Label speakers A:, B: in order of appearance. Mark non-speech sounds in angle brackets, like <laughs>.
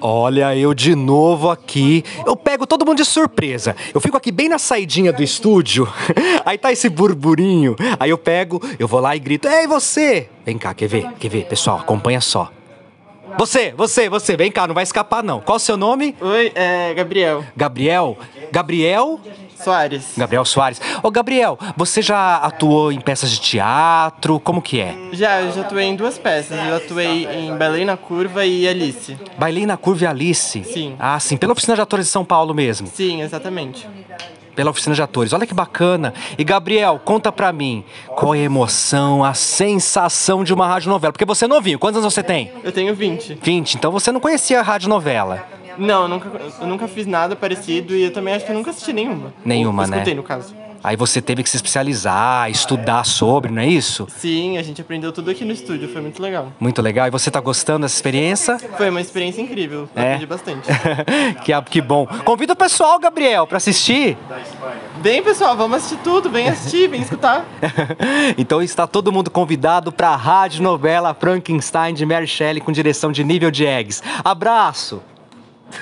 A: Olha, eu de novo aqui. Eu pego todo mundo de surpresa. Eu fico aqui bem na saidinha do estúdio. <laughs> Aí tá esse burburinho. Aí eu pego, eu vou lá e grito: Ei, você! Vem cá, quer ver? Quer ver? Pessoal, acompanha só. Você, você, você, vem cá, não vai escapar não. Qual o seu nome?
B: Oi, é Gabriel
A: Gabriel? Gabriel?
B: Soares.
A: Gabriel Soares. Ô, Gabriel, você já atuou em peças de teatro? Como que é?
B: Já, eu já atuei em duas peças. Eu atuei em Belém na Curva e Alice.
A: Bailei na Curva e Alice?
B: Sim.
A: Ah, sim, pela Oficina de Atores de São Paulo mesmo.
B: Sim, exatamente.
A: Pela Oficina de Atores. Olha que bacana. E, Gabriel, conta pra mim, qual é a emoção, a sensação de uma radionovela? Porque você é novinho, quantos anos você tem?
B: Eu tenho 20.
A: 20, então você não conhecia a radionovela.
B: Não, eu nunca, eu nunca fiz nada parecido e eu também acho que eu nunca assisti nenhuma.
A: Nenhuma,
B: Ou Escutei,
A: né?
B: no caso.
A: Aí você teve que se especializar, estudar sobre, não é isso?
B: Sim, a gente aprendeu tudo aqui no estúdio, foi muito legal.
A: Muito legal. E você tá gostando dessa experiência? <laughs>
B: Foi uma experiência incrível, eu
A: É?
B: aprendi bastante.
A: que, a- que bom. Convida o pessoal, Gabriel, pra assistir. <laughs>
B: Bem, pessoal, vamos assistir tudo, vem assistir, vem escutar.
A: então está todo mundo convidado pra rádio novela Frankenstein de Mary Shelley com direção de Nível de Eggs. Abraço!